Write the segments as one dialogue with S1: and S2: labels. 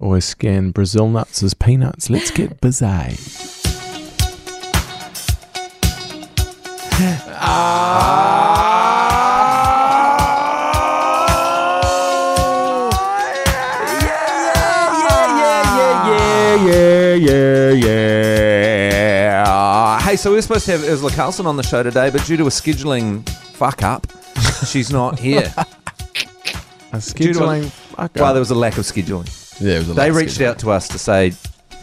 S1: Always scan Brazil nuts as peanuts. Let's get busy.
S2: yeah, yeah, yeah, yeah. Hey, so we were supposed to have Ursula Carlson on the show today, but due to a scheduling fuck up, she's not here.
S1: A scheduling. fuck
S2: well,
S1: up.
S2: there was a lack of scheduling.
S3: Yeah, it was a
S2: They
S3: lot
S2: reached out to us to say,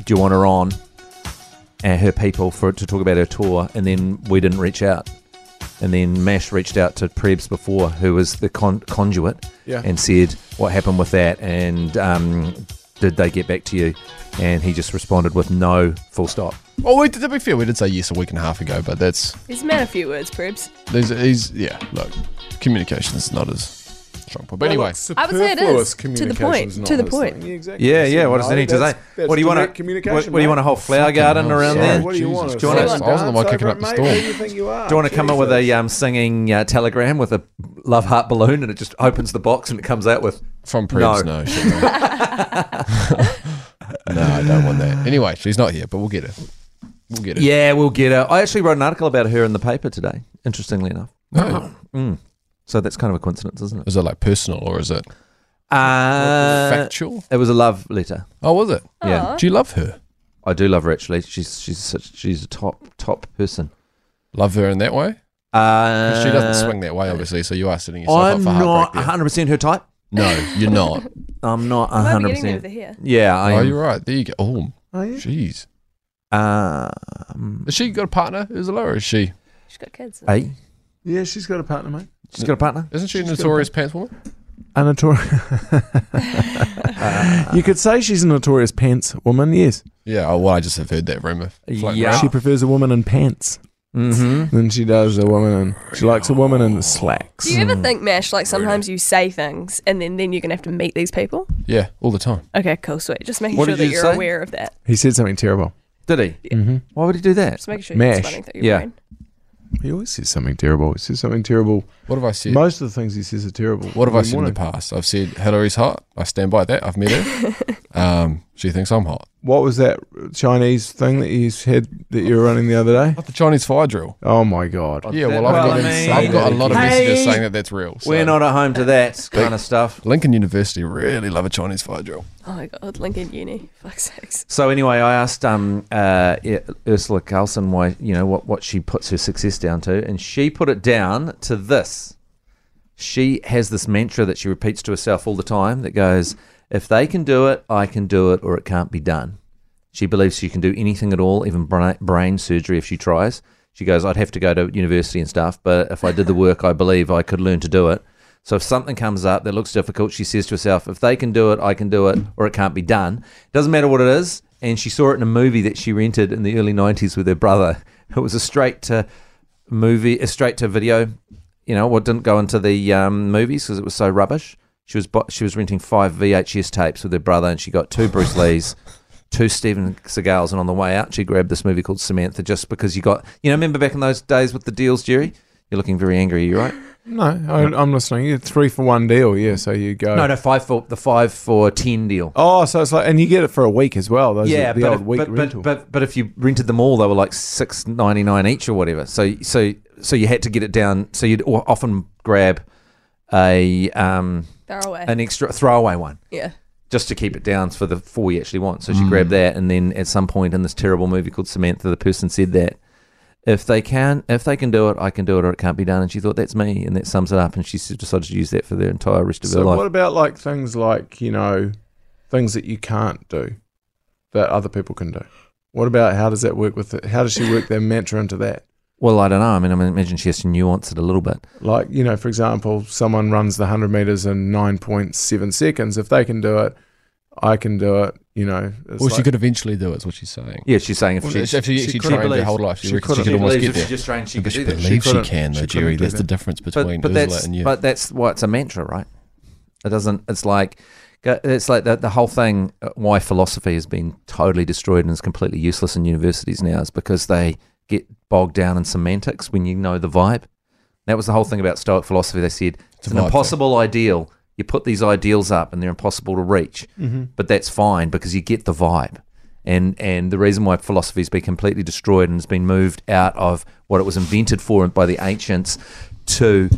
S2: "Do you want her on?" And her people for to talk about her tour, and then we didn't reach out. And then Mash reached out to Prebs before, who was the con- conduit,
S1: Yeah.
S2: and said, "What happened with that?" And um, did they get back to you? And he just responded with, "No, full stop."
S3: Well, oh, we, to be fair, we did say yes a week and a half ago, but that's
S4: He's a man of few words, Prebs.
S3: there's he's yeah. Look, communication is not as strong point. But anyway,
S4: I would say it is. To the point. To the point.
S2: Yeah, yeah. What does it need to say? What do you want? to What, what do you want a whole flower garden around
S3: sorry.
S2: there?
S3: What
S2: do
S3: do
S2: you
S3: you
S2: want?
S3: want?
S2: Do you want
S4: to-
S3: I wasn't the one kicking up the storm.
S2: Do you want to come up with a um, singing uh, telegram with a love heart balloon, and it just opens the box and it comes out with
S3: from Prebs,
S2: No.
S3: no. shit, no. No, I don't want that. Anyway, she's not here, but we'll get her. We'll get her.
S2: Yeah, we'll get her. I actually wrote an article about her in the paper today, interestingly enough. Oh. Mm.
S3: No.
S2: So that's kind of a coincidence, isn't it?
S3: Is it like personal or is it
S2: Uh,
S3: factual?
S2: it was a love letter.
S3: Oh, was it?
S2: Yeah.
S3: Do you love her?
S2: I do love her actually. She's she's such she's a top top person.
S3: Love her in that way?
S2: Uh,
S3: 'Cause she doesn't swing that way, obviously. So you are setting yourself
S2: I'm
S3: up for
S2: not
S3: heartbreak. there.
S2: 100 percent her type.
S3: No, you're not.
S2: I'm not
S4: Might be
S2: 100.
S4: getting over
S2: percent
S4: here.
S2: Yeah, I
S3: oh,
S2: am.
S3: you're right. There you go. Oh, jeez.
S2: Um,
S3: Has she got a partner, Ursula, or is she?
S4: She's got kids.
S2: hey,
S1: Yeah, she's got a partner, mate.
S2: she's got a partner.
S3: Isn't she a
S1: She's got a
S3: notorious pants woman?
S1: A notorious. you could say she's a notorious pants woman. Yes,
S3: Yeah. Oh, well, I just have heard that rumor. floating
S2: Yeah.
S3: around.
S1: she prefers a woman in pants
S2: Mm-hmm.
S1: than she does a woman in. She likes a woman in slacks.
S4: Do you
S2: Hmm.
S4: ever think, Mash, like sometimes you say things and then, then you're going to have to meet these people?
S3: Yeah, all the time.
S4: Okay, cool, sweet. Just making
S2: What
S4: sure
S2: did
S4: that
S2: you
S4: you're
S2: say?
S4: aware of that.
S1: He said something terrible.
S2: Did he?
S1: Mm-hmm.
S2: Why would he do that?
S4: Just making sure you're
S1: Mash.
S4: spinning through your
S2: Yeah.
S4: brain.
S1: He always says something terrible. He says something terrible.
S3: What have I said?
S1: Most of the things he says are terrible.
S3: what have I
S1: We
S3: said in
S1: want
S3: the
S1: to-
S3: past? I've said Hillary's hot. I stand by that. I've met her. um, she thinks I'm hot.
S1: What was that Chinese thing that you said that you were running the other day?
S3: Not the Chinese fire drill.
S1: Oh my god!
S3: Yeah, well,
S2: Well,
S3: I've,
S2: I
S3: got,
S2: mean-
S3: I've got a lot of messages
S2: Hey!
S3: saying that that's real. so-
S2: We're not at home to that kind of stuff.
S3: Lincoln University really love a Chinese fire drill.
S4: Oh my god, Lincoln Uni. Fuck's sakes.
S2: So anyway, I asked um, uh, I- Ursula Carlson why you know what what she puts her success down to, and she put it down to this. She has this mantra that she repeats to herself all the time that goes, "If they can do it, I can do it, or it can't be done." She believes she can do anything at all, even bra- brain surgery if she tries. She goes, "I'd have to go to university and stuff, but if I did the work, I believe I could learn to do it." So if something comes up that looks difficult, she says to herself, if they can do it, I can do it, or it can't be done. Doesn't matter what it is. And she saw it in a movie that she rented in the early 90s with her brother. It was a straight to movie, a straight to video, you know, what didn't go into the um, movies because it was so rubbish. She was bo- she was renting five VHS tapes with her brother, and she got two Bruce Lees, two Steven Seagals, and on the way out, she grabbed this movie called Samantha just because you got, you know, remember back in those days with the deals, Jerry? You're looking very angry, are you right?
S1: No, I, I'm listening. It's three for one deal. Yeah, so you go.
S2: No, no, five for the five for ten deal.
S1: Oh, so it's like, and you get it for a week as well. Those
S2: yeah,
S1: are the
S2: but,
S1: old
S2: if,
S1: week
S2: but,
S1: rental.
S2: but but but if you rented them all, they were like six ninety nine each or whatever. So so so you had to get it down. So you'd o- often grab a um
S4: They're away.
S2: an extra throwaway one
S4: yeah.
S2: just to keep it down for the four you actually want. So
S1: Mm.
S2: she grabbed that, and then at some point in this terrible movie called Samantha, the person said that if they can, if they can do it, I can do it, or it can't be done. And she thought that's me, and that sums it up. And she s- decided to use that for the entire rest of
S1: so
S2: her life.
S1: what about like things like you know, things that you can't do that other people can do? What about how does that work with it? How does she work their mantra into that?
S2: well, I don't know. I mean, I imagine she has to nuance it a little bit.
S1: Like you know, for example, someone runs the hundred meters in nine point seven seconds. If they can do it, I can do it. You know, it's
S3: Well, she
S1: like-
S3: could eventually do it, is what she's saying.
S2: Yeah, she's saying if
S3: Well,
S2: she,
S3: if she- she trained her
S2: believes-
S3: whole life, she reckons she
S2: couldn't.
S3: could almost
S2: believes
S3: get
S2: if
S3: there.
S2: She just trained, she
S3: But
S2: could
S3: she
S2: do that.
S1: She
S3: believes she,
S1: couldn't-
S3: can,
S1: she
S3: though,
S1: couldn't
S3: Jerry.
S1: do
S3: That's the
S1: that.
S3: difference between
S2: But, but
S3: Ursula
S2: that's
S3: and you.
S2: but that's why it's a mantra, right? It doesn't. It's like it's like the, the whole thing. uh, Why philosophy has been totally destroyed and is completely useless in universities now is because they get bogged down in semantics when you know the vibe. That was the whole thing about Stoic philosophy. They said it's
S3: a
S2: an
S3: vibe thing.
S2: impossible ideal. You put these ideals up and they're impossible to reach,
S1: Mm-hmm.
S2: but that's fine because you get the vibe. And, and the reason why philosophy has been completely destroyed and has been moved out of what it was invented for by the ancients to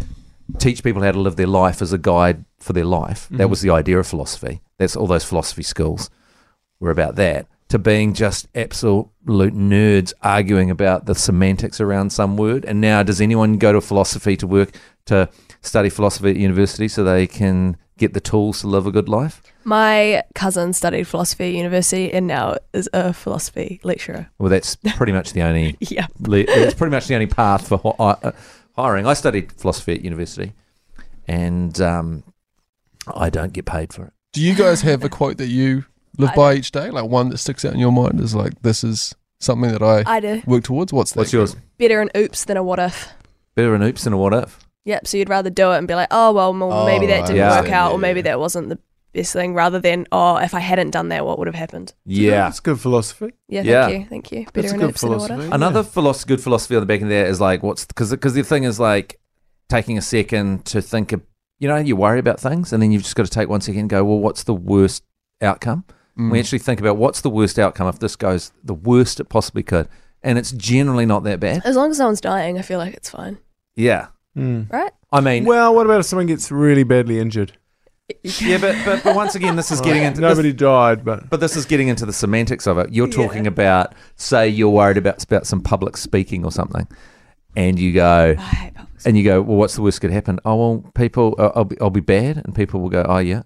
S2: teach people how to live their life as a guide for their life. That was the idea of philosophy. That's all those philosophy schools were about that to being just absolute nerds arguing about the semantics around some word. And now, does anyone go to philosophy to work to study philosophy at university so they can get the tools to live a good life?
S4: My cousin studied philosophy at university and now is a philosophy lecturer.
S2: Well, that's pretty much the only
S4: Yeah.
S2: le- that's pretty much the only path for hi- uh, hiring. I studied philosophy at university, and um, I don't get paid for it.
S3: Do you guys have a quote that you live
S4: I-
S3: by each day? Like one that sticks out in your mind is like, this is something that I
S4: I do.
S3: work towards? What's that?
S2: What's yours?
S4: Better an oops than a what if.
S2: Better an oops than a what if.
S4: Yep. So you'd rather do it and be like, oh, well, m-
S3: Oh,
S4: maybe that
S3: I
S4: didn't
S2: understand.
S4: work out
S3: Yeah,
S4: or maybe
S3: yeah.
S4: that wasn't the best thing rather than, oh, if I hadn't done that, what would have happened?
S2: Yeah.
S1: That's good philosophy.
S4: Yeah. Thank
S2: Yeah.
S4: you. Thank you.
S1: That's
S4: Better an
S1: good
S4: oops than a what
S1: philosophy.
S4: if.
S2: Another philosophy, good philosophy on the back of there is like, what's because because the thing is like taking a second to think of you know you worry about things and then you've just got to take one second and go well what's the worst outcome
S3: Mm.
S2: we actually think about what's the worst outcome if this goes the worst it possibly could and it's generally not that bad
S4: As long as no one's dying, I feel like it's fine.
S2: yeah
S1: Mm.
S4: Right?
S2: i mean
S1: Well, what about if someone gets really badly injured?
S2: yeah but, but but once again this is getting into this,
S1: Nobody died, but
S2: But this is getting into the semantics of it. You're
S4: Yeah.
S2: talking about, say, you're worried about about some public speaking or something, and you go,
S4: I hate public
S2: and you go, well, what's the worst could happen? Oh well, people, uh, I'll be, I'll be bad, and people will go, oh yeah,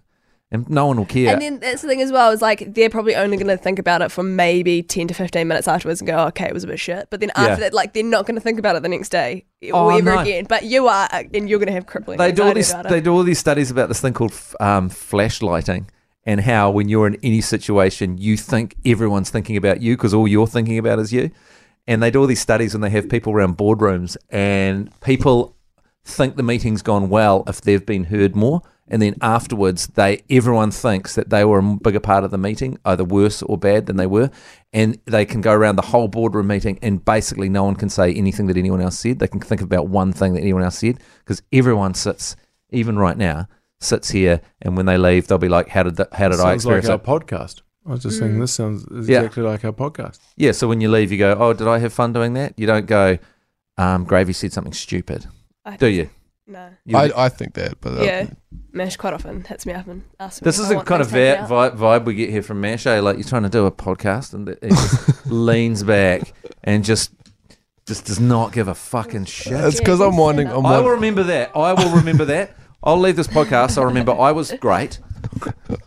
S2: and no one will care.
S4: And then that's the thing as well is like they're probably only going to think about it for maybe 10 to 15 minutes afterwards and go, okay, it was a bit shit. But then after
S2: Yeah.
S4: that, like they're not going to think about it the next day or
S2: Oh,
S4: ever
S2: no.
S4: again. But you are, uh, and you're going to have crippling
S2: they do all
S4: anxiety
S2: these
S4: about
S2: they
S4: it.
S2: do all these studies about this thing called f- um, flashlighting and how when you're in any situation you think everyone's thinking about you because all you're thinking about is you and they do all these studies and they have people around boardrooms and people think the meeting's gone well if they've been heard more and then afterwards they everyone thinks that they were a bigger part of the meeting either worse or bad than they were and they can go around the whole boardroom meeting and basically no one can say anything that anyone else said they can think about one thing that anyone else said because everyone sits even right now sits here and when they leave they'll be like how did that, how did i
S1: sounds like
S2: experience
S1: our
S2: it
S1: podcast. I was just thinking, this sounds
S2: Yeah.
S1: exactly like our podcast.
S2: yeah so when you leave you go oh did i have fun doing that you don't go um, gravy said something stupid
S4: I-
S2: do you,
S4: No.
S2: You-
S3: I, I think that, but uh,
S4: Yeah. Mash quite often hits me up and asks me.
S2: This is
S4: if I
S2: the
S4: want
S2: kind of
S4: things taken
S2: vi-
S4: out.
S2: vi- vibe we get here from Mash. Eh? Like you're trying to do a podcast, and it just leans back and just just does not give a fucking shit.
S3: it's because I'm winding. I'm
S2: I will
S3: winding.
S2: remember that. I will remember that. I'll leave this podcast. I'll remember I was great.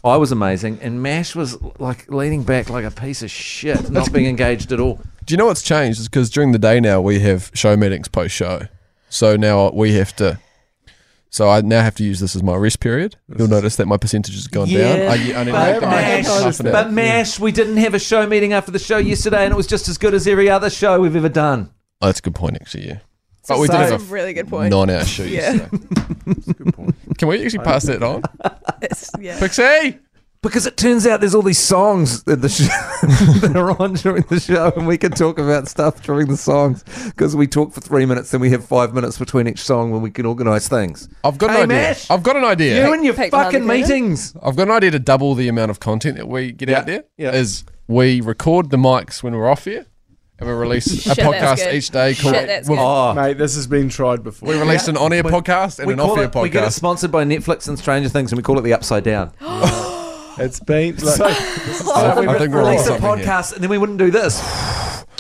S2: I was amazing, and Mash was like leaning back like a piece of shit, not being engaged at all.
S3: Do you know what's changed? Is because during the day now we have show meetings post show, so now we have to. So I now have to use this as my rest period. You'll notice that my percentage has gone down.
S2: Yeah,
S3: I, I only
S2: But
S3: make
S1: I
S2: Mash,
S3: them
S1: haven't
S3: half
S1: noticed
S3: an
S1: that.
S3: hour.
S2: but Mash, we didn't have a show meeting after the show yesterday, and it was just as good as every other show we've ever done.
S3: Oh, that's a good point, actually. Yeah,
S4: So
S2: Oh,
S3: but we did
S4: that's
S3: have a
S4: a really good point.
S3: non-hour show.
S4: Yeah.
S3: yesterday.
S1: Good point.
S3: Can we actually pass that on,
S4: It's- yeah.
S3: Pixie?
S2: Because it turns out there's all these songs that, the sh- that are on during the show, and we can talk about stuff during the songs because we talk for three minutes, then we have five minutes between each song when we can organise things.
S3: I've got
S2: Hey,
S3: an idea.
S2: Mash.
S3: I've got an idea.
S2: you and your
S4: Take
S2: fucking
S4: behind the curtain.
S2: meetings.
S3: I've got an idea to double the amount of content that we get
S2: Yeah,
S3: out there.
S2: yeah.
S3: Is we record the mics when we're off here, and we release a
S4: Shit, that's
S3: podcast
S4: good.
S3: each day called.
S4: Shit, that's
S3: we-
S4: good.
S2: Oh,
S1: Mate, this has been tried before.
S3: we release an on-air
S2: We-
S3: podcast and
S2: we,
S3: ah, an
S2: call
S3: off-air
S2: it, we get it
S3: podcast.
S2: sponsored by Netflix and Stranger Things, and we call it the Upside Down.
S1: It's been like,
S3: I
S2: we
S3: think we're on
S2: release a
S3: something here.
S2: podcast, and then we wouldn't do this.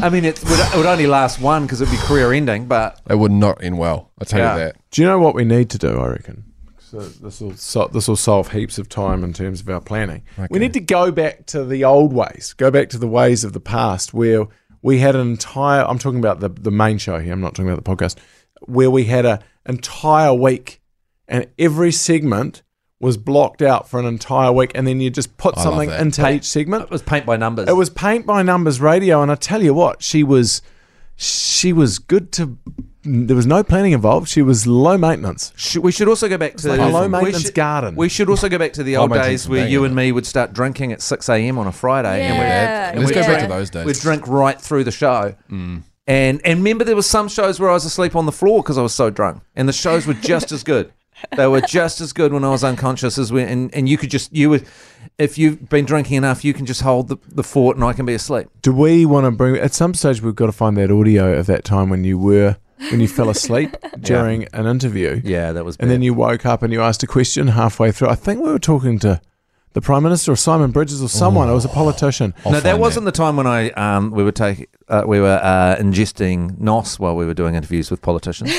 S2: I mean, it would, it would only last one because it'd be career ending, but
S3: It would not end well. I tell
S2: Yeah.
S3: you that.
S1: Do you know what we need to do? I reckon. So this will so, this will solve heaps of time in terms of our planning. We need to go back to the old ways. Go back to the ways of the past where we had an entire. I'm talking about the the main show here. I'm not talking about the podcast. Where we had a entire week, and every segment was blocked out for an entire week, and then you just put
S3: love
S1: something
S3: that.
S1: into each segment.
S2: it was paint by numbers.
S1: It was paint by numbers radio, and I tell you what, she was, she was good to. There was no planning involved. She was low maintenance.
S2: Should, we should also go back to
S1: like a low maintenance
S2: we should,
S1: garden.
S2: We should also go back to the
S3: Low
S2: old
S3: maintenance
S2: days where
S3: garden,
S2: you
S3: yeah.
S2: and me would start drinking at six a.m. on a Friday, and we'd,
S4: Yeah,
S2: and
S3: Let's
S2: we'd
S3: go back
S2: drink-
S3: to those days. Mm.
S2: We'd drink right through the show. And and remember, there was some shows where I was asleep on the floor because I was so drunk, and the shows were just as good. They were just as good when I was unconscious as when, and, and you could just, you were, if you've been drinking enough, you can just hold the, the fort and I can be asleep.
S1: Do we want to bring? At some stage, we've got to find that audio of that time when you were when you fell asleep during an interview,
S2: Yeah, that was
S1: and then you woke up and you asked a question halfway through. I think we were talking to the Prime Minister or Simon Bridges or
S2: Oh.
S1: someone. It was a politician.
S3: I'll
S2: no, that
S3: find
S2: wasn't the time when I um, we were taking uh, we were uh, ingesting nos while we were doing interviews with politicians.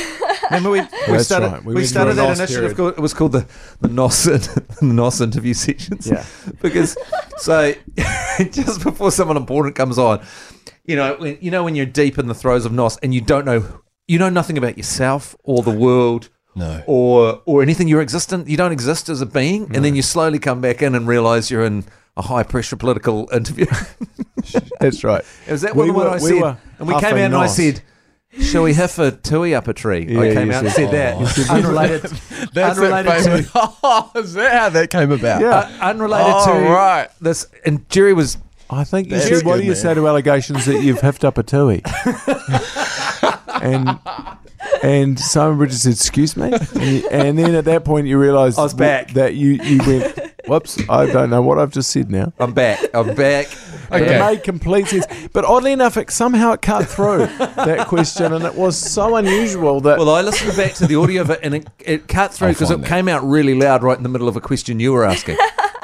S2: Remember we, we
S1: That's
S2: started
S1: right. We
S2: we,
S1: went
S2: started
S1: through a
S2: that
S1: NOS
S2: initiative
S1: period.
S2: called it was called the the nos in- the nos interview sessions.
S1: Yeah.
S2: because so just before someone important comes on, you know when, you know when you're deep in the throes of nos and you don't know you know nothing about yourself or the world
S3: No.
S2: or or anything. You're existent. You don't exist as a being, and then you slowly come back in and realize you're in a high pressure political interview.
S1: That's right.
S2: Is that
S1: We
S2: one what
S1: were-
S2: I
S1: we
S2: said?
S1: were
S2: and we
S1: half
S2: came
S1: a
S2: out and I
S1: nos.
S2: said, "Shall we hoof a tui up a tree?" I
S1: Yeah,
S2: came
S1: you
S2: out and
S1: said
S2: said that,
S3: that.
S2: unrelated,
S3: That's
S2: Unrelated
S3: that famous. Oh, is that how that came about?
S1: Yeah.
S2: uh, unrelated
S3: All
S2: to
S3: Oh, right.
S2: this. And Jerry was
S1: I think you
S3: That's
S1: said, "What
S3: good,
S1: do you
S3: man.
S1: say to allegations that you've hiffed up a tui?" and and Simon Bridges said, "Excuse me," and, you- and then at that point you realised
S2: I was back.
S1: that you you went, "Whoops, I don't know what I've just said now."
S2: I'm back. I'm back.
S3: Okay.
S1: It made complete sense, but oddly enough, it somehow it cut through that question, and it was so unusual that
S2: Well, I listened back to the audio of it, and it, it cut through
S3: I'll
S2: because it
S3: find that.
S2: came out really loud right in the middle of a question you were asking.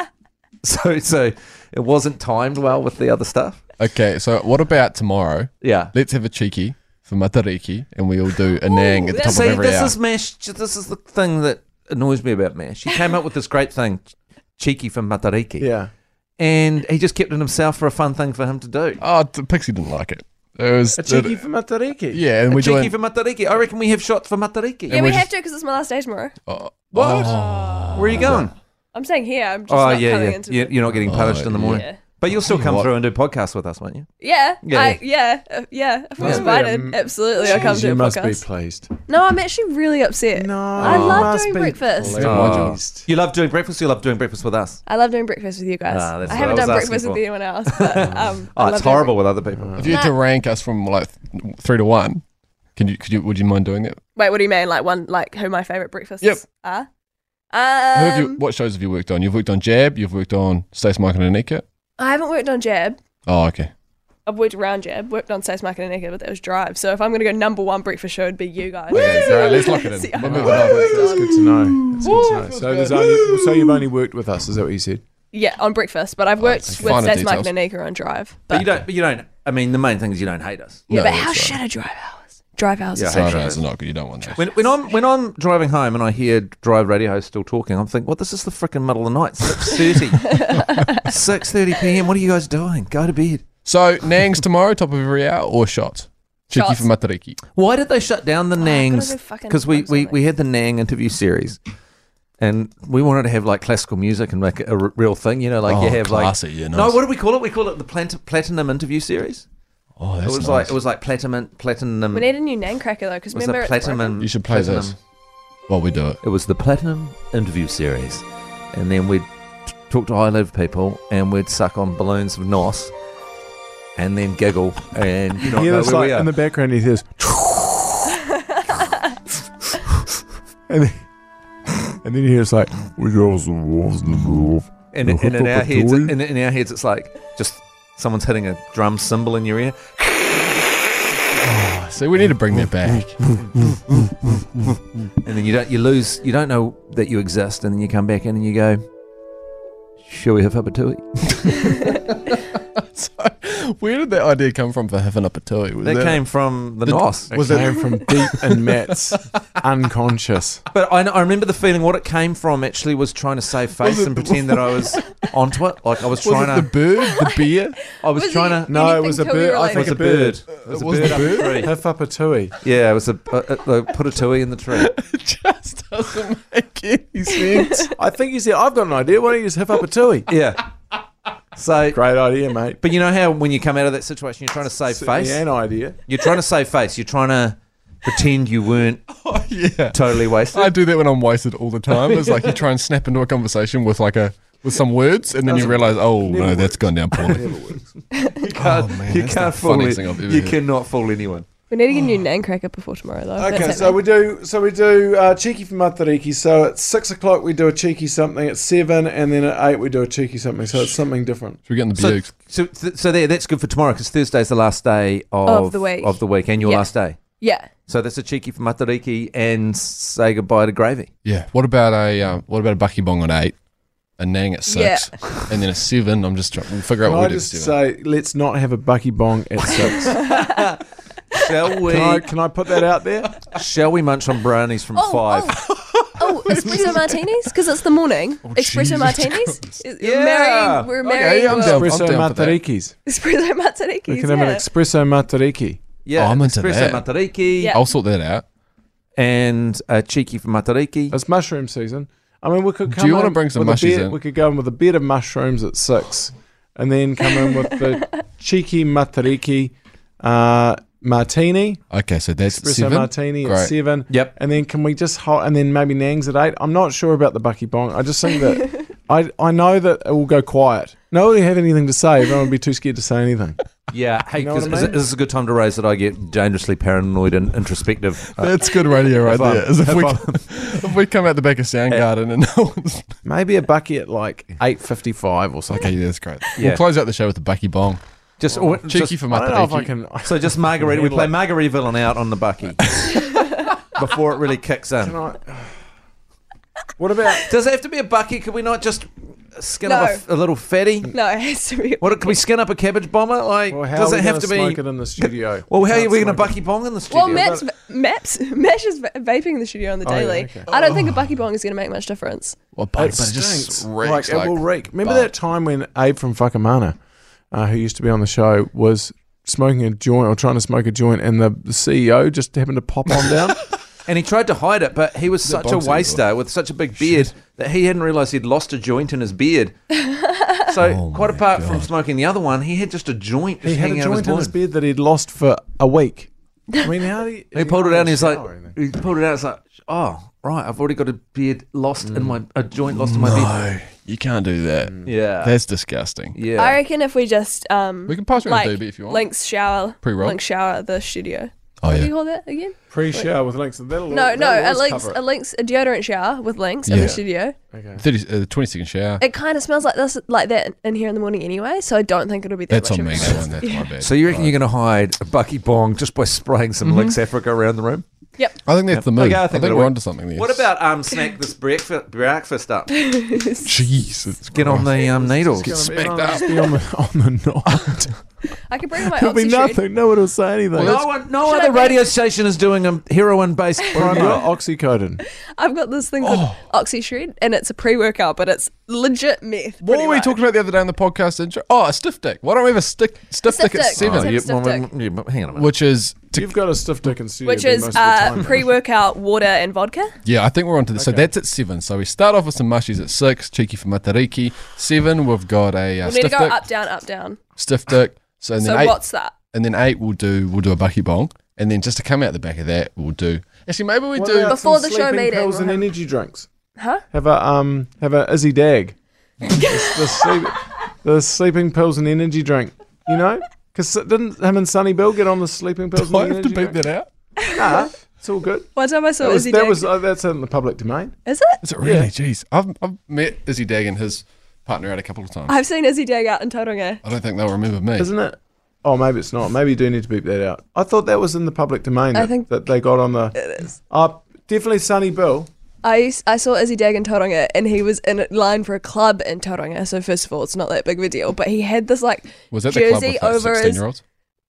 S2: so, so it wasn't timed well with the other stuff.
S3: Okay, so what about tomorrow?
S2: Yeah.
S3: Let's have a cheeky for Matariki and we all do a nang at the top
S2: See,
S3: of every
S2: this
S3: hour.
S2: is Mash. This is the thing that annoys me about Mash. He came up with this great thing, cheeky from Matariki,
S1: yeah,
S2: and he just kept it himself for a fun thing for him to do.
S3: Oh, t- Pixie didn't like it. It was
S1: a cheeky
S4: uh,
S1: for Matariki.
S3: Yeah, and
S2: A
S3: we're
S2: cheeky
S3: doing.
S2: for Matariki. I reckon we have shots for Matariki.
S4: Yeah,
S3: we're
S4: we
S3: just-
S4: have to because it's my last day tomorrow.
S3: Oh,
S2: What?
S3: oh.
S2: Where are you going?
S4: I'm staying here. I'm just
S2: Oh
S4: not
S2: yeah,
S4: coming
S2: yeah.
S4: into
S2: You-
S4: the- Oh,
S2: You're not getting punished in the morning,
S4: yeah.
S2: but you'll still
S3: You
S2: come
S3: what?
S2: through and do podcasts with us, won't you?
S4: Yeah,
S2: Yeah,
S4: I, yeah, uh, yeah. If I was
S1: Must be a
S4: invited,
S1: m-
S4: absolutely, I'll come
S1: Jeez,
S4: to a
S1: you must
S4: podcast.
S1: be pleased.
S4: No, I'm actually really upset.
S1: No,
S4: I
S1: you
S4: love
S1: must
S4: doing
S1: be
S4: breakfast.
S2: Oh.
S1: pleased.
S2: You love doing breakfast. You love doing breakfast with us.
S4: I love doing breakfast with you guys.
S2: Ah, that's
S4: I
S2: what I
S4: haven't
S2: was
S4: done
S2: asking
S4: breakfast
S2: for.
S4: with anyone else. But, um, I
S2: Oh,
S4: love
S2: it's
S4: doing Mm.
S2: horrible with other people.
S3: If you had to rank us from like th- three to one, can you? Could you? Would you mind doing that?
S4: Wait, what do you mean? Like one, like who my favorite breakfasts
S3: Yep.
S4: are?
S3: Who have you,
S4: Um,
S3: what shows have you worked on? You've worked on Jab. You've worked on Stace Michael and Anika.
S4: I haven't worked on Jab.
S3: Oh, okay.
S4: I've worked around Jab, worked on Stace Market and Naked, but that was Drive. So if I'm going to go number one breakfast show, it'd be you guys.
S3: Okay, great. Let's lock it in.
S4: See,
S3: We're
S4: I-
S3: moving on.
S1: That's good to know. That's good to know.
S3: feels
S1: So, there's
S3: good.
S1: only, so you've only worked with us, is that what you said?
S4: Yeah, on breakfast, but I've worked
S3: okay.
S4: with
S3: Finer
S4: Stace Market
S3: details.
S4: and Naked on Drive.
S2: But you don't. But you don't. I mean, the main thing is you don't hate us.
S4: Yeah,
S3: No,
S4: but
S3: that's
S4: how
S3: right.
S4: should I drive hours? Drive hours.
S2: Yeah.
S4: is-
S3: No,
S2: Thanks,
S3: no,
S2: Ryan.
S3: it's not good. You don't want that.
S2: When, when I'm when I'm driving home and I hear drive radio still talking, I'm thinking, "What? This is the freaking middle of the night, six thirty, six thirty p.m. What are you guys doing? Go to bed."
S3: So Nangs tomorrow, top of every hour, or shots. Cheeky
S4: Shots.
S3: for Matariki.
S2: Why did they shut down the Nangs?
S4: Oh, go fucking
S2: Because we,
S4: find
S2: we,
S4: something.
S2: we had the Nang interview series, and we wanted to have like classical music and make it a r- real thing. You know, like you
S3: Oh,
S2: have
S3: classy,
S2: like
S3: yeah,
S2: no,
S3: nice.
S2: what do we call it? We call it the plant- platinum interview series.
S3: Oh,
S2: It
S3: that's
S2: was like it was like platinum platinum.
S4: We need a new name cracker though, because
S2: was the
S4: remember it's broken.
S2: platinum.
S3: You should play
S2: platinum-
S3: this while we do it.
S2: It was the Platinum interview series, and then we'd t- talk to high live people, and we'd suck on balloons of nos, and then giggle, and not
S1: Yeah,
S2: know
S1: that's
S2: where
S1: like
S2: we are.
S1: in the background. He hears, and then, and then he hears like, "We girls the wolves the wolf."
S2: and, and in our heads, in, in our heads, it's like just someone's hitting a drum cymbal in your ear.
S3: See, we need to bring that back.
S2: and then you don't you lose you don't know that you exist and then you come back in and you go shall we have up a tui
S3: Where did that idea come from for having up a tui? Was
S2: that came from the,
S3: The-
S2: nos
S1: Was
S3: Was
S1: it
S3: it-
S1: came from deep in Matt's unconscious?
S2: but I, I remember the feeling what it came from actually was trying to save face
S3: it-
S2: and pretend that i was onto it like i was
S3: Was
S2: trying
S3: it the
S2: to
S3: bird, the beer?
S2: i was,
S4: Was
S2: trying
S4: it-
S2: to
S1: No, it
S4: Anything
S1: was a
S4: till we
S1: bird.
S4: were
S1: I
S4: like-
S1: think
S2: it was a bird.
S1: It was,
S3: was
S1: a
S3: it
S1: bird.
S3: a
S1: bird? Hiff up a tui.
S2: yeah it was a uh, uh, they put a tui in the tree
S3: It just doesn't make any sense.
S1: I think he said, "I've got an idea. Why don't you just hiff up a tui?"
S2: yeah so
S1: Great idea, mate.
S2: but you know how when you come out of that situation you're trying to save face
S1: an idea.
S2: you're trying to save face you're trying to pretend you weren't
S3: oh, yeah.
S2: totally wasted
S3: I do that when I'm wasted all the time. It's like you try and snap into a conversation with like a with some words, and then you realize, oh no, that's gone down poorly.
S2: can't,
S3: man,
S2: you
S3: Oh, that's the
S2: can't fool
S3: funniest
S2: it.
S3: thing I've ever
S2: You
S3: heard.
S2: cannot fool anyone.
S4: We We need to get a new nan cracker before tomorrow, though.
S1: Okay,
S4: That's
S1: so
S4: happening.
S1: we do so we do uh, cheeky for Matariki. So at six o'clock we do a cheeky something. At seven, and then at eight we do a cheeky something. So it's something different.
S3: Should we get in the
S2: So,
S3: Buick?
S2: so, so there, that's good for tomorrow because Thursday's the last day of,
S4: Of the week.
S2: of the week and your
S4: Yeah.
S2: last day.
S4: yeah.
S2: So that's a cheeky for Matariki and say goodbye to Gravy.
S3: Yeah. What about a um, what about a Bucky Bong on eight, a Nang at six, and then a seven? I'm just trying. We'll figure out
S1: Can I
S3: what we do. at
S1: just
S3: seven.
S1: say, let's not have a bucky bong at six.
S2: Shall we?
S1: can, I, can I put that out there?
S2: Shall we munch on brownies from
S4: Oh,
S2: five?
S4: Oh, espresso martinis because it's the morning. espresso
S3: Jesus
S4: martinis. Is- we're
S2: Yeah.
S4: Marrying, we're marrying.
S3: I'm
S4: well,
S3: down.
S1: Espresso
S3: down for that.
S1: Matarikis.
S4: Espresso martinis.
S1: We can have an
S4: yeah.
S1: espresso Matariki.
S2: Yeah,
S3: Oh, I'm into
S2: espresso
S3: that.
S2: Matariki
S4: Yeah.
S3: I'll sort that out.
S2: and a cheeky for Matariki.
S1: It's mushroom season. I mean, we could come.
S3: you wanna
S1: in
S3: bring some
S1: with a
S3: mushies
S1: bed-
S3: in?
S1: We could go in with a bed of mushrooms at six, and then come in with the cheeky Matariki uh, martini,
S3: Okay, so that's
S1: espresso
S3: seven.
S1: martini at
S3: Great.
S1: seven.
S2: Yep.
S1: And then can we just hold, and then maybe Nang's at eight? I'm not sure about the Bucky Bong. I just think that I I know that it will go quiet. No one will have anything to say. Everyone would be too scared to say anything.
S2: Yeah, hey,
S1: know what I
S2: 'cause is-
S1: mean?
S2: this is a good time to raise that I get dangerously paranoid and introspective. Uh,
S3: That's good radio right
S2: fun.
S3: there. As if,
S2: Have
S3: we,
S2: fun.
S3: if we come out the back of Soundgarden and no one's.
S1: Maybe a Bucky at like eight fifty five or something.
S3: Okay, yeah, that's great.
S2: Yeah.
S3: We'll close out the show with the Bucky Bong.
S2: just, or-
S3: Cheeky
S2: just-
S3: for
S1: I don't know if I
S3: Matariki.
S1: can.
S2: So just Margarita, we
S1: Handle
S2: play
S1: it.
S2: Margaritaville and out on the bucky before it really kicks in.
S1: Can I- What about
S2: Does it have to be a bucky? Could we not just skin
S4: No.
S2: up a f- a, little fatty?
S4: No, it has to be.
S2: What could we skin up a cabbage bomber? Like,
S1: Well, how
S2: does
S1: are
S2: it
S1: we
S2: have
S1: gonna
S2: to be?
S1: smoke it in the studio?
S2: Well, how are
S1: Can't
S2: we going to
S1: smoke it.
S2: bucky bong in the studio?
S4: Well, Matt's, Matt's, Matt is va- vaping in the studio on the
S1: Oh, yeah,
S4: daily.
S1: okay. Oh.
S4: I don't think a bucky bong is going to make much difference.
S3: Well,
S1: It
S3: but, but it
S1: stinks.
S3: just
S1: Like,
S3: reeks,
S1: it
S3: like,
S1: will reek. Remember
S3: but-
S1: that time when Abe from Fuckamana, uh, who used to be on the show, was smoking a joint or trying to smoke a joint, and the, the CEO just happened to pop on down.
S2: And he tried to hide it, but he was such a
S3: boxing glove?
S2: waster with such a big beard that he hadn't realised he'd lost a joint in his beard. So, quite apart from smoking the other one, he had just a joint
S1: Oh he
S2: just
S1: had a
S2: hanging out of
S1: joint in his
S2: beard.
S1: bed that he'd lost for a week. I mean, how do you,
S2: He pulled it out and he's like,
S1: Shower or anything.
S2: he pulled it out. It's like, oh, right, I've already got a beard lost
S1: Mm.
S2: in my, a joint lost in my beard.
S3: No, you can't do that.
S2: Yeah.
S3: That's disgusting.
S2: yeah.
S4: I reckon if we just um,
S3: We can pass around
S4: like
S3: a doobie if you want.
S4: Link's shower,
S3: Pre-roll.
S4: Link's shower at the studio.
S3: Oh,
S4: What do
S3: yeah.
S4: you call that again?
S1: pre-shower with links. That'll,
S4: No,
S1: that'll
S4: no, a
S1: always
S4: Link's,
S1: cover
S4: a
S1: it.
S4: Link's a deodorant shower with Link's in
S3: Yeah.
S4: the studio.
S3: 30, uh, 20 second shower.
S4: It kind of smells like this, like that in here in the morning anyway. So I don't think it'll be that
S3: That's
S4: much
S3: on
S4: of a
S3: me, that
S4: difference.
S3: one. That's my bad.
S2: so you reckon you're going to hide a Bucky Bong just by spraying some Lynx Africa around the room?
S3: I think that's the move.
S2: Okay, I
S3: I
S2: think
S3: think,
S2: it'll
S3: we're
S2: work.
S3: onto something there.
S2: What about um snack this breakfast breakfast up?
S3: Jesus?
S2: Get on the um needles.
S3: smacked
S1: Everyone will
S3: up.
S1: just be on the, on the night.
S4: I could bring my
S1: There'll be
S4: Oxy treat.
S1: nothing. No one will say anything.
S2: No one, no
S4: Should I
S2: other
S4: bring-
S2: radio station is doing a heroin-based
S1: You've
S2: promo. Oh,
S1: got oxycodone.
S4: I've got this thing
S3: Oh.
S4: called Oxy Shred, and it's a pre-workout, but it's legit meth.
S3: What
S4: pretty
S3: were we
S4: much.
S3: talking about the other day on the podcast intro? Oh, a stiff dick. Why don't we have a stick, stiff,
S4: Stiff
S3: dick at
S4: dick.
S3: seven?
S4: Oh, yeah. Stiff dick.
S2: yeah, but hang on a minute.
S3: Which is, to,
S1: You've got a stiff dick and studio.
S4: Which
S1: bed
S4: is
S1: most of the
S4: uh,
S1: time.
S4: pre-workout water and vodka.
S3: yeah, I think we're onto this. So
S1: Okay.
S3: that's at seven. So we start off with some mushies at six, cheeky for Matariki. Seven, we've got a uh,
S4: We need to
S3: stiff
S4: go
S3: dick,
S4: up, down, up, down.
S3: stiff dick. So, and
S4: So
S3: then eight,
S4: what's that?
S3: and then eight, we'll do we'll do a bucky bong, and then just to come out the back of that, we'll do. Actually, maybe we
S1: What
S3: do.
S1: about
S4: Before
S1: some
S4: the show
S1: sleeping
S4: meeting,
S1: pills and
S4: we'll have-
S1: energy drinks.
S4: Huh?
S1: Have a um, have a Izzy Dag. It's the, sleep, the sleeping pills and energy drink. You know, because didn't him and Sonny Bill get on the sleeping pills?
S3: Do I
S1: and
S3: have to
S1: energy
S3: beat
S1: drink?
S3: that out?
S1: Nah, it's all good.
S4: One time I saw
S1: That was,
S4: Izzy
S1: that
S4: Dag-
S1: was uh, that's in the public domain.
S4: Is it?
S3: Is it really?
S1: Yeah.
S3: Jeez, I've I've met Izzy Dag and his partner out a couple of times. I,
S4: I've seen Izzy Dag out in Tauranga.
S3: don't think they'll remember me.
S1: isn't it? Oh, maybe it's not. Maybe you do need to beep that out. I thought that was in the public domain. That,
S4: I think-
S1: that they got on the. It is. Uh, definitely Sonny Bill.
S4: I, s- I saw Izzy Dag in Tauranga and he was in a line for a club in Tauranga. So first of all, it's not that big of a deal. But he had this like
S3: Was that the club
S4: jersey
S3: with like,
S4: over
S3: sixteen
S4: his
S3: year olds?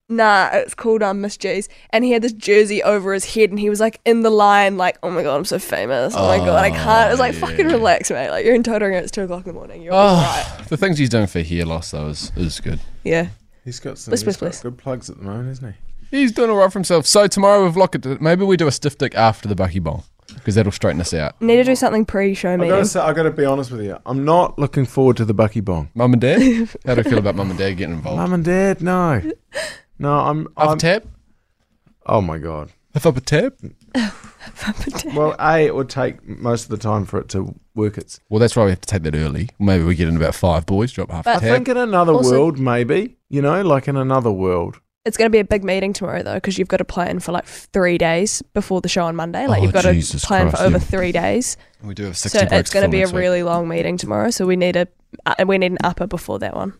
S4: nah, it's called um, Miss J's. And he had this jersey over his head and he was like in the line, like, oh my god, I'm so famous. Oh, my god, I can't. It was like, fucking relax, mate. Like, you're in Tauranga, it's 2 o'clock in the morning.
S1: Oh.
S4: You're all right.
S3: The things he's doing for hair loss though is is good.
S4: Yeah.
S1: He's got some
S4: Please,
S1: he's
S4: please,
S1: got
S4: please.
S1: good plugs at the moment, isn't he?
S3: He's doing all right for himself. So tomorrow we've locked it. Maybe we do a stiff dick after the bucky bong because that'll straighten us out.
S4: Need to do something pre show
S1: I
S4: meeting.
S1: gotta say, I gotta be honest with you. I'm not looking forward to the Bucky Bong.
S3: Mum and dad, how do you feel about mum and dad getting involved?
S1: Mum and Dad, no, no. I'm.
S3: Up
S1: I'm
S3: tab,
S1: oh my god.
S3: if up a tab.
S1: Well, a it would take most of the time for it to work its.
S3: Well, that's why we have to take that early. Maybe we get in about five boys, drop half
S4: But-
S3: a
S1: I
S3: tab.
S1: think in another
S4: Also-
S1: world, maybe you know, like in another world,
S4: It's going to be a big meeting tomorrow though, because you've got to plan for like three days before the show on Monday. Like
S3: Oh,
S4: you've got
S3: Jesus
S4: to plan
S3: Christ,
S4: for over
S3: yeah.
S4: three days,
S3: We do have
S4: so it's going to be a really long meeting tomorrow. So we need a uh, we need an upper before that one.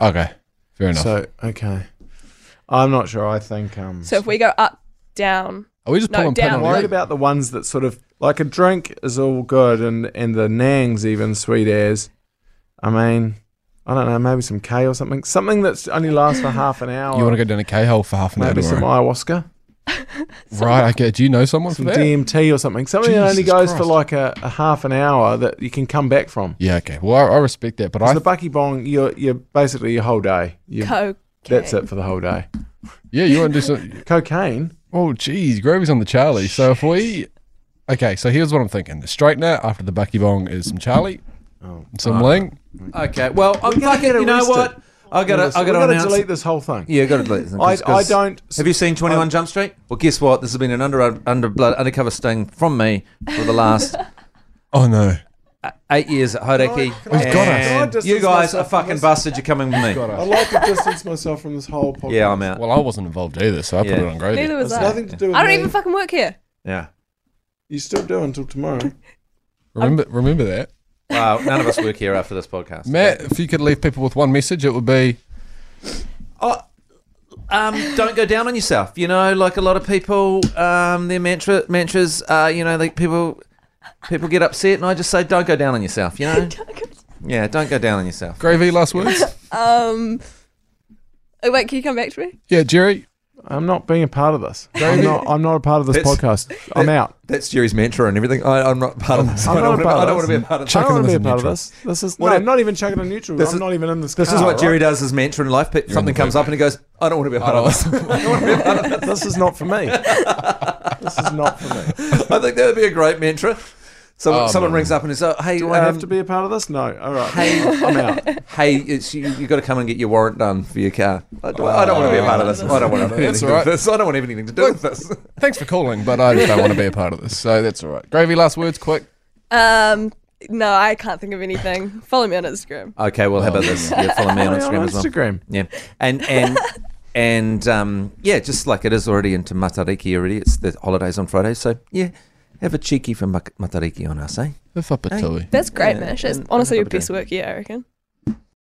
S3: Okay, fair enough.
S1: So okay, I'm not sure. I think
S3: Mm,
S1: um.
S4: So if we go up, down,
S3: Are we just
S4: No,
S3: pulling pin
S4: down.
S1: I'm
S3: on
S1: worried
S3: the
S1: about the ones that sort of like a drink is all good and and the nangs even sweet as. I mean, I don't know, maybe some K or something, something that's only lasts for half an hour.
S3: You want to go down a K hole for half an hour
S1: maybe some
S3: tomorrow,
S1: ayahuasca,
S3: right? Okay. Do you know someone
S1: some
S3: for that?
S1: DMT or something, something that only
S3: Jesus
S1: goes for
S3: Christ.
S1: like a, a half an hour that you can come back from.
S3: yeah. Okay. Well, I, I respect that, but
S1: 'Cause
S3: I
S1: the bucky bong, you're you're basically your whole day. You,
S4: cocaine.
S1: that's it for the whole day.
S3: yeah, you want to do some.
S1: Cocaine.
S3: Oh, geez, Grovy's on the Charlie. So if we, okay, so here's what I'm thinking: the straightener after the bucky bong is some Charlie,
S1: Oh,
S3: some ling.
S2: Okay. Well, I'm
S1: gonna
S2: fucking.
S1: get
S2: You know
S1: arrested.
S2: what? I got to. I
S1: We're
S2: got to
S1: gonna
S2: announce.
S1: delete this whole thing.
S2: Yeah, got to delete. them,
S1: I,
S2: 'cause-
S1: I
S2: 'cause-
S1: don't.
S2: Have you seen Twenty One Jump Street? Well, guess what? This has been an under under blood undercover sting from me for the last
S3: Oh no.
S2: eight years at Hodaki.
S1: Can I-
S3: He's got us.
S2: and
S1: Can I distance
S2: You guys are
S1: myself from
S2: fucking
S1: this?
S2: busted. You're coming with me.
S1: I like to distance myself from this whole podcast.
S2: Yeah, I'm out.
S3: Well, I wasn't involved either, so I put
S2: Yeah.
S3: it on Gravy.
S4: Neither was
S1: It's
S4: I.
S1: nothing to do with
S4: I don't
S1: me.
S4: even fucking work here.
S2: Yeah.
S1: You still do until tomorrow.
S3: Remember, remember that,
S2: Wow. None of us work here after this podcast.
S3: Matt. If you could leave people with one message, it would be
S2: Oh, um, don't go down on yourself. You know, like a lot of people, um, their mantra mantras. Uh, you know, like people people get upset, and I just say, don't go down on yourself. You know. yeah, don't go down on yourself.
S3: Gravy. Last words.
S4: Um, oh, wait, can you come back to me?
S3: yeah, Jerry.
S1: I'm not being a part of this. I'm not. I'm not a part of this
S2: That's-
S1: podcast. I'm out.
S2: That's Jerry's mantra and everything. I, I'm not part of this.
S1: I'm
S2: I don't
S1: not a part of
S2: want to be
S1: this.
S2: a part of this.
S1: I don't want to be a
S3: Chucking
S1: part of
S3: them
S1: this. This is.
S2: What
S1: no,
S2: if-
S1: I'm not even chugging a neutral.
S2: This
S1: I'm
S2: is-
S1: not even in this.
S2: This is
S1: car,
S2: what Jerry
S1: right?
S2: does as mantra in Oh. life. Pe- Something comes up and he goes, I don't want to be a part of this.
S1: This is not for me. this is not for me.
S2: I think that would be a great mantra. So,
S3: Oh,
S2: someone
S3: man.
S2: rings up and is, oh, hey,
S1: Do I have
S2: um,
S1: to be a part of this? No. All right.
S2: Hey.
S1: I'm out.
S2: hey, it's, you, you got to come and get your warrant done for your car. I don't, I don't want to be a part of this. I don't want to
S3: That's
S2: anything
S3: all
S2: to
S3: right.
S2: do with this. I don't want anything to do with this.
S3: Thanks for calling, but I just don't want to be a part of this, so that's all right. Gravy. Last words, quick.
S4: Um, no, I can't think of anything. Follow me on Instagram.
S2: Okay, well, how about this? Yeah, follow me on
S1: Hey,
S2: Instagram
S1: on
S2: as well.
S1: Instagram.
S2: Yeah, and and and um, yeah, just like it is already into Matariki already. It's the holidays on Friday, so yeah, have a cheeky for Mak- Matariki on us, eh?
S3: The Fapa Tui.
S4: That's great,
S2: Yeah,
S4: Mish. It's
S2: and-
S4: honestly
S2: and
S4: your
S2: Papa
S4: best work yet, I reckon.